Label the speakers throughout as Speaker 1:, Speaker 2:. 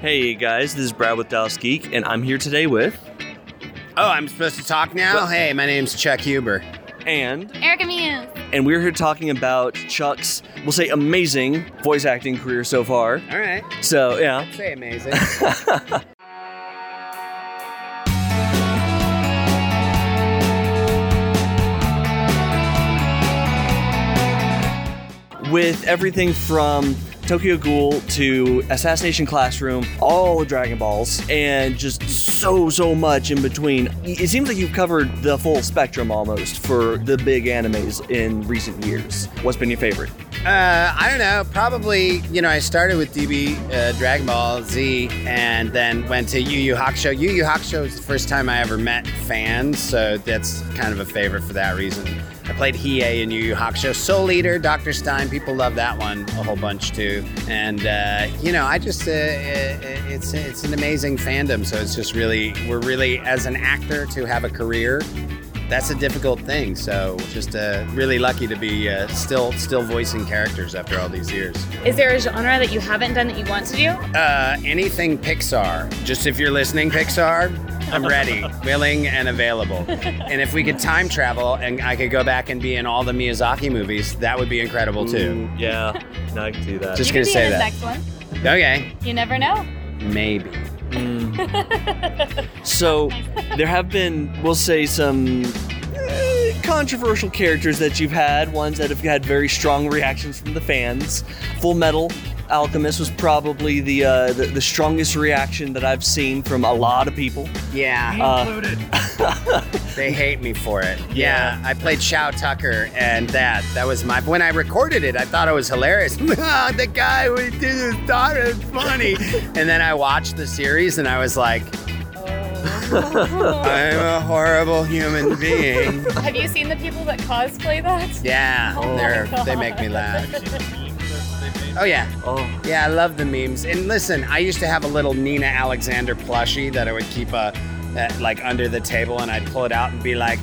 Speaker 1: Hey guys, this is Brad with Dallas Geek, and I'm here today with
Speaker 2: Oh, I'm supposed to talk now?
Speaker 1: Well-
Speaker 2: hey, my name's Chuck Huber.
Speaker 1: and
Speaker 3: Erica Muse.
Speaker 1: and we're here talking about Chuck's, we'll say, amazing voice acting career so far.
Speaker 2: All right.
Speaker 1: So yeah,
Speaker 2: Say amazing.
Speaker 1: with everything from Tokyo Ghoul to Assassination Classroom, all the Dragon Balls, and just so, so much in between. It seems like you've covered the full spectrum almost for the big animes in recent years. What's been your favorite?
Speaker 2: uh, I don't know. Probably, you know, I started with DB uh, Dragon Ball Z and then went to Yu Yu Hakusho. Yu Yu Hakusho was the first time I ever met fans, so that's kind of a favorite for that reason. I played Hiei in Yu Yu Hakusho. Soul Eater, Dr. Stein, people love that one a whole bunch too. And, uh, you know, I just, uh, it, it's, it's an amazing fandom, so it's just really, we're really, as an actor, to have a career that's a difficult thing. So just uh, really lucky to be uh, still still voicing characters after all these years.
Speaker 3: Is there a genre that you haven't done that you want to do?
Speaker 2: Uh, anything Pixar. Just if you're listening, Pixar. I'm ready, willing, and available. And if we could time travel and I could go back and be in all the Miyazaki movies, that would be incredible too.
Speaker 1: Ooh, yeah, no, I can do that.
Speaker 2: Just
Speaker 3: Mm. you
Speaker 2: gonna
Speaker 3: could be
Speaker 2: say
Speaker 3: in
Speaker 2: that.
Speaker 3: his next one.
Speaker 2: Okay,
Speaker 3: You never know.
Speaker 2: maybe.
Speaker 1: So there have been, we'll say, some eh, controversial characters that you've had, ones that have had very strong reactions from the fans. Full Metal Alchemist was probably the uh, the, the strongest reaction that I've seen from a lot of people.
Speaker 3: Oh,
Speaker 2: Yeah,
Speaker 1: Uh,
Speaker 2: they hate me for it. Yeah, I played Chow Tucker, and that that was my. When I recorded it, I thought it was hilarious. Ah, the guy who did his daughter is funny. and then I watched the series, and I was like,
Speaker 3: Oh.
Speaker 2: I'm a horrible human being.
Speaker 3: Have you seen the people that cosplay that?
Speaker 2: Yeah,
Speaker 3: Oh my
Speaker 2: they're, they
Speaker 3: God.
Speaker 2: make me laugh. Oh yeah,
Speaker 1: oh,
Speaker 2: yeah, I love the memes. And listen, I used to have a little Nina Alexander plushie that I would keep uh, uh, like under the table, and I'd pull it out and be like.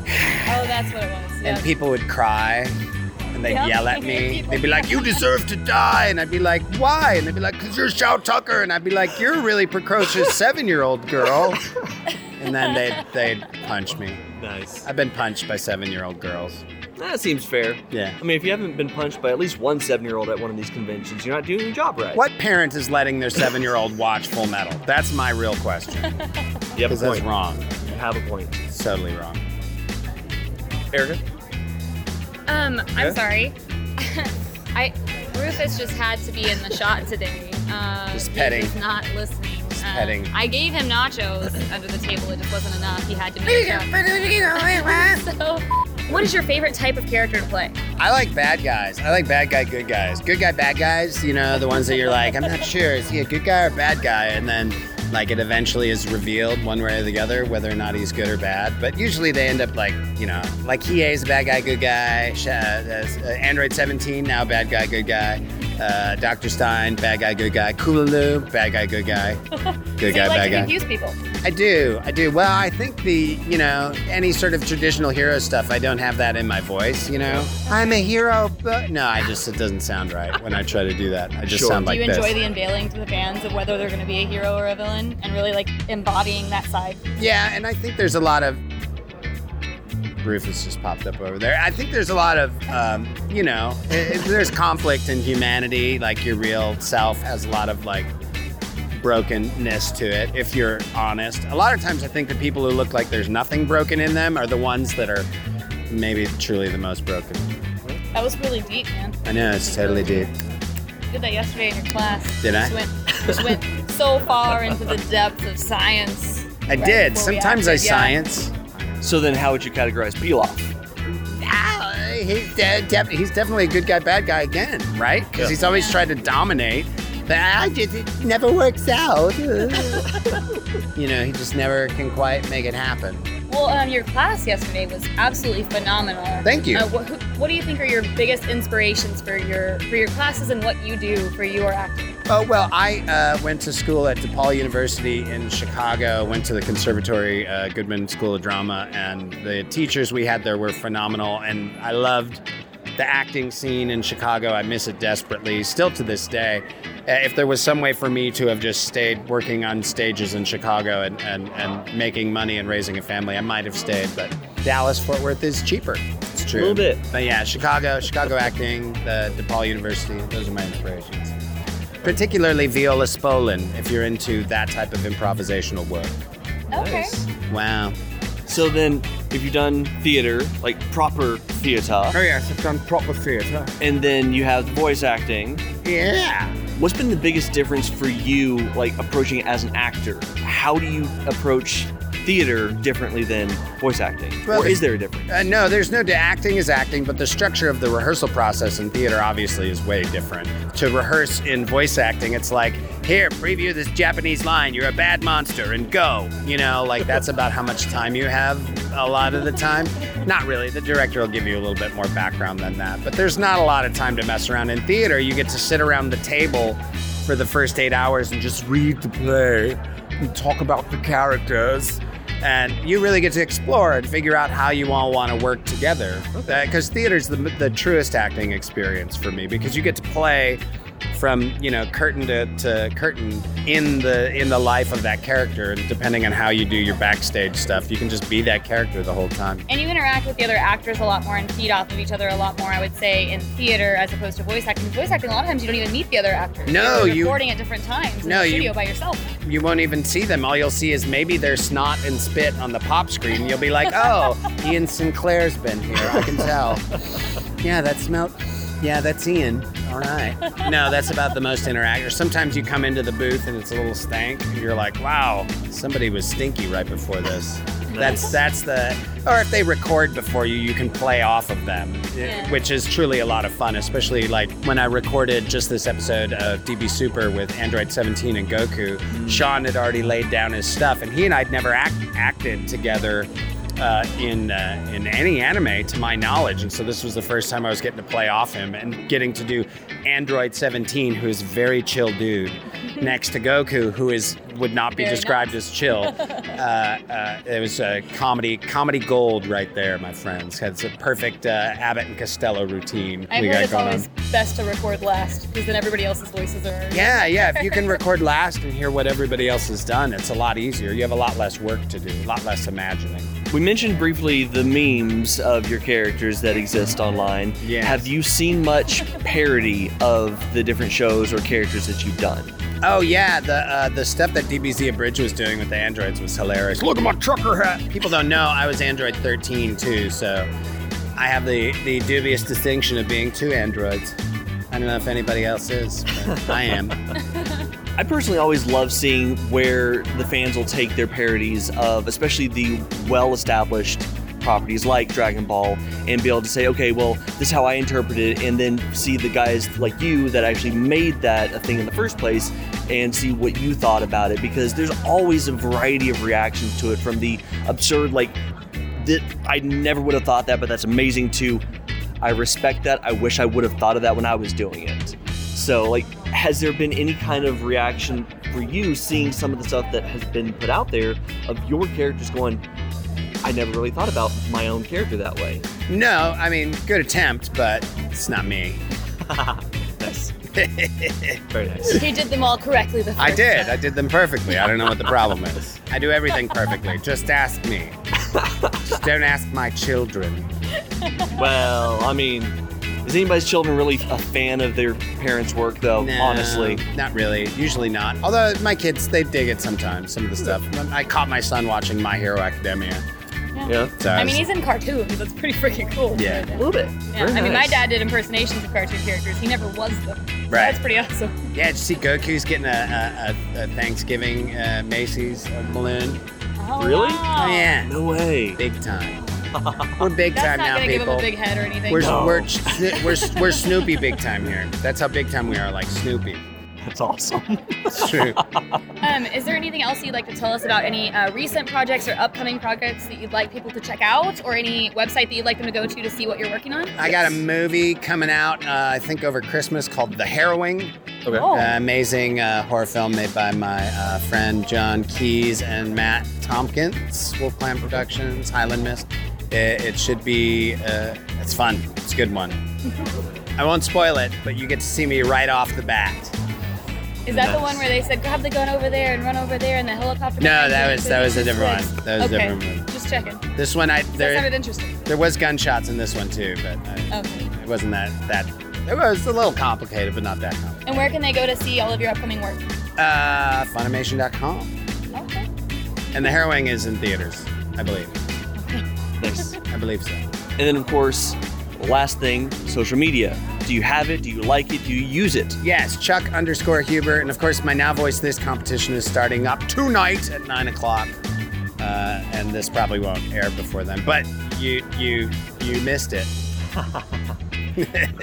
Speaker 3: Oh, that's what it was.
Speaker 2: and people would cry and they'd
Speaker 3: Yeah.
Speaker 2: yell at me.
Speaker 3: People-
Speaker 2: They'd be like, "You deserve to die," and I'd be like, "Why?" And they'd be like, "Cause you're Shout Tucker," and I'd be like, "You're a really precocious seven-year-old girl," and then they'd they'd punch me.
Speaker 1: nice.
Speaker 2: I've been punched by seven-year-old girls.
Speaker 1: That seems fair.
Speaker 2: Yeah.
Speaker 1: I mean, if you haven't been punched by at least one seven-year-old at one of these conventions, you're not doing your job right.
Speaker 2: What parent is letting their seven-year-old watch Full Metal? That's my real question.
Speaker 1: You have
Speaker 2: Because
Speaker 1: a
Speaker 2: that's
Speaker 1: point.
Speaker 2: wrong.
Speaker 1: You have a point.
Speaker 2: It's totally wrong.
Speaker 1: Erica.
Speaker 3: Um,
Speaker 1: Yeah?
Speaker 3: I'm sorry. I Rufus just had to be in the shot today. Um,
Speaker 2: Just petting.
Speaker 3: He's not listening. Um,
Speaker 2: petting.
Speaker 3: I gave him nachos under the table. It just wasn't enough. He had to make it up. So, what is your favorite type of character to play?
Speaker 2: I like bad guys. I like bad guy, good guys. Good guy, bad guys, you know, the ones that you're like, I'm not sure, is he a good guy or a bad guy? And then, like, it eventually is revealed one way or the other whether or not he's good or bad. But usually they end up like, you know, like he is a bad guy, good guy. Sh- uh, uh, Android 17, now bad guy, good guy. Uh, Dr. Stein, bad guy, good guy. Kulalu, bad guy, good guy. Good
Speaker 3: Do you
Speaker 2: guy,
Speaker 3: like
Speaker 2: bad
Speaker 3: to
Speaker 2: guy.
Speaker 3: confuse people?
Speaker 2: I do. I do. Well, I think the, you know, any sort of traditional hero stuff, I don't have that in my voice, you know? I'm a hero, but. No, I just, it doesn't sound right when I try to do that. I just
Speaker 1: Sure.
Speaker 2: sound
Speaker 3: Do
Speaker 2: like
Speaker 3: you
Speaker 2: this.
Speaker 3: enjoy the unveiling to the fans of whether they're going to be a hero or a villain and really like embodying that side?
Speaker 2: Yeah, and I think there's a lot of. Rufus just popped up over there. I think there's a lot of, um, you know, i i- there's conflict in humanity. Like your real self has a lot of like brokenness to it, if you're honest. A lot of times I think the people who look like there's nothing broken in them are the ones that are maybe truly the most broken.
Speaker 3: That was really deep, man.
Speaker 2: I know, it's totally deep.
Speaker 3: You did that yesterday in your class.
Speaker 2: Did I?
Speaker 3: Just went, just went so far into the depth of science.
Speaker 2: I did. Sometimes I science.
Speaker 1: So then, how would you categorize Pilaf?
Speaker 2: ah, he's, de- def- he's definitely a good guy, bad guy again, right? Because
Speaker 1: Yeah.
Speaker 2: he's always tried to dominate. But I just, it never works out. you know, he just never can quite make it happen.
Speaker 3: Well, um, your class yesterday was absolutely phenomenal.
Speaker 2: Thank you.
Speaker 3: Uh, what, who, what do you think are your biggest inspirations for your for your classes and what you do for your acting?
Speaker 2: Oh, well, I uh, went to school at DePaul University in Chicago, went to the Conservatory uh, Goodman School of Drama, and the teachers we had there were phenomenal. And I loved the acting scene in Chicago. I miss it desperately, still to this day. Uh, If there was some way for me to have just stayed working on stages in Chicago and, and, and making money and raising a family, I might have stayed. But Dallas Fort Worth is cheaper. It's true.
Speaker 1: Little bit.
Speaker 2: But yeah, Chicago, Chicago acting, the DePaul University, those are my inspirations. Particularly Viola Spolin, if you're into that type of improvisational work.
Speaker 3: Okay.
Speaker 2: Wow.
Speaker 1: So then, if you've done theater, like proper theater,
Speaker 2: Oh, yes, I've done proper theatre.
Speaker 1: and then you have voice acting,
Speaker 2: Yeah.
Speaker 1: what's been the biggest difference for you, like approaching it as an actor? How do you approach theater differently than voice acting?
Speaker 2: Well,
Speaker 1: or is there a difference?
Speaker 2: Uh, no, there's no acting is acting, but the structure of the rehearsal process in theater obviously is way different. To rehearse in voice acting, it's like, here, preview this Japanese line, you're a bad monster, and go. You know, like that's about how much time you have a lot of the time. Not really. The director will give you a little bit more background than that, but there's not a lot of time to mess around. In theater, you get to sit around the table for the first eight hours and just read the play and talk about the characters and you really get to explore and figure out how you all want to work together. Because theater's the, the truest acting experience for me because you get to play from you know curtain to, to curtain in the in the life of that character and depending on how you do your backstage stuff you can just be that character the whole time
Speaker 3: And you interact with the other actors a lot more and feed off of each other a lot more, I would say, in theater as opposed to voice acting. Voice acting, a lot of times you don't even meet the other actors.
Speaker 2: No,
Speaker 3: You're
Speaker 2: you-
Speaker 3: recording at different times in
Speaker 2: No,
Speaker 3: the
Speaker 2: you-
Speaker 3: studio by yourself.
Speaker 2: you won't even see them all you'll see is maybe their snot and spit on the pop screen you'll be like oh ian sinclair's been here i can tell Yeah, that smelled. Yeah, that's Ian. All right. no, that's about the most interactive. Sometimes you come into the booth and it's a little stank, and you're like, "Wow, somebody was stinky right before this." That's that's the. Or if they record before you, you can play off of them,
Speaker 3: Yeah.
Speaker 2: which is truly a lot of fun. Especially like when I recorded just this episode of DB Super with Android 17 and Goku. Sean had already laid down his stuff, and he and I'd never act, acted together uh, in uh, in any anime to my knowledge, and so this was the first time I was getting to play off him and getting to do Android 17, who is a very chill dude, next to Goku, who is would not be
Speaker 3: Very
Speaker 2: described as chill. Uh, uh, it was uh, comedy comedy gold right there, my friends. It's a perfect uh, Abbott and Costello routine
Speaker 3: I've
Speaker 2: we
Speaker 3: heard
Speaker 2: got
Speaker 3: it's
Speaker 2: going
Speaker 3: always
Speaker 2: on.
Speaker 3: best to record last because then everybody else's voices are.
Speaker 2: Yeah, yeah. If you can record last and hear what everybody else has done, it's a lot easier. You have a lot less work to do, a lot less imagining.
Speaker 1: We mentioned briefly the memes of your characters that exist online.
Speaker 2: Yes.
Speaker 1: Have you seen much parody of the different shows or characters that you've done?
Speaker 2: Oh yeah, the uh, the stuff that DBZ Abridge was doing with the androids was hilarious. Look at my trucker hat. People don't know I was Android 13 too, so I have the the dubious distinction of being two androids. I don't know if anybody else is. But I am.
Speaker 1: I personally always love seeing where the fans will take their parodies of, especially the well established properties like Dragon Ball, and be able to say, okay, well, this is how I interpret it, and then see the guys like you that actually made that a thing in the first place and see what you thought about it because there's always a variety of reactions to it from the absurd, like, that I never would have thought that, but that's amazing to I respect that. I wish I would have thought of that when I was doing it. So, like, has there been any kind of reaction for you seeing some of the stuff that has been put out there of your characters going, I never really thought about my own character that way?
Speaker 2: No, I mean good attempt, but it's not me.
Speaker 1: Nice. Very nice.
Speaker 3: He did them all correctly the first
Speaker 2: I did. I
Speaker 3: time.
Speaker 2: did them perfectly. I don't know what the problem is. I do everything perfectly. Just ask me. Just don't ask my children.
Speaker 1: Well, I mean, is anybody's children really a fan of their parents' work, though?
Speaker 2: No,
Speaker 1: Oh, Honestly.
Speaker 2: Not really. Usually not. Although my kids, they dig it sometimes, some of the stuff. I caught my son watching My Hero Academia.
Speaker 1: Yeah.
Speaker 2: So
Speaker 3: I mean, he's in cartoons. That's pretty freaking cool.
Speaker 2: Yeah.
Speaker 1: A little bit.
Speaker 3: Yeah,
Speaker 1: Very
Speaker 3: I mean, my
Speaker 1: nice.
Speaker 3: dad did impersonations of cartoon characters. He never was them. So That's
Speaker 2: Right.
Speaker 3: pretty awesome.
Speaker 2: yeah, did you see Goku's getting a, a, a, a Thanksgiving uh, Macy's uh, balloon?
Speaker 3: Oh,
Speaker 1: Really?
Speaker 3: wow.
Speaker 2: yeah.
Speaker 1: No way.
Speaker 2: Big time. We're big
Speaker 3: That's
Speaker 2: time
Speaker 3: not
Speaker 2: now,
Speaker 3: gonna give him
Speaker 2: people.
Speaker 3: a big head or anything.
Speaker 2: we're,
Speaker 1: No.
Speaker 2: we're, Sno- we're, S- we're Snoopy big time here. That's how big time we are, like Snoopy.
Speaker 1: That's awesome.
Speaker 2: It's true.
Speaker 3: Um, is there anything else you'd like to tell us about any uh, recent projects or upcoming projects that you'd like people to check out, or any website that you'd like them to go to to see what you're working on?
Speaker 2: I got a movie coming out, uh, I think over Christmas, called The Harrowing.
Speaker 1: Okay.
Speaker 3: Oh.
Speaker 2: Uh, amazing uh, horror film made by my uh, friend John Keys and Matt Tompkins, Wolfclan Productions, Highland Mist. It, it should be. Uh, it's fun. It's a good one. I won't spoil it, but you get to see me right off the bat.
Speaker 3: Is that the one where they said grab the gun over there and run over there and the helicopter?
Speaker 2: No,
Speaker 3: behind
Speaker 2: that
Speaker 3: you
Speaker 2: was
Speaker 3: and
Speaker 2: that was a
Speaker 3: it's
Speaker 2: different
Speaker 3: like-
Speaker 2: one. That was a
Speaker 3: okay.
Speaker 2: different one.
Speaker 3: Just checking.
Speaker 2: This one, I
Speaker 3: That sounded
Speaker 2: there
Speaker 3: interesting.
Speaker 2: there was gunshots in this one too, but I,
Speaker 3: Okay.
Speaker 2: it wasn't that that. It was a little complicated, but not that complicated.
Speaker 3: And where can they go to see all of your upcoming work?
Speaker 2: Uh, Funimation.com,
Speaker 3: Okay.
Speaker 2: and the harrowing is in theaters, I believe.
Speaker 1: Nice.
Speaker 2: I believe so.
Speaker 1: And then, of course, the last thing social media. Do you have it? Do you like it? Do you use it?
Speaker 2: Yes, Chuck underscore Huber. And of course, my Now Voice This competition is starting up tonight at 9 o'clock. Uh, and this probably won't air before then. But you you you missed it.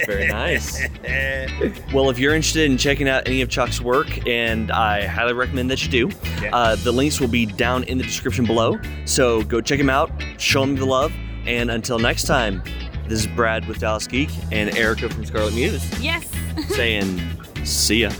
Speaker 1: Very nice.
Speaker 2: Eh,
Speaker 1: Well, if you're interested in checking out any of Chuck's work, and I highly recommend that you do,
Speaker 2: Yeah.
Speaker 1: uh, the links will be down in the description below. So go check him out, show him the love, and until next time, this is Brad with Dallas Geek and Erica from Scarlet Muse
Speaker 3: Yes.
Speaker 1: saying, see ya.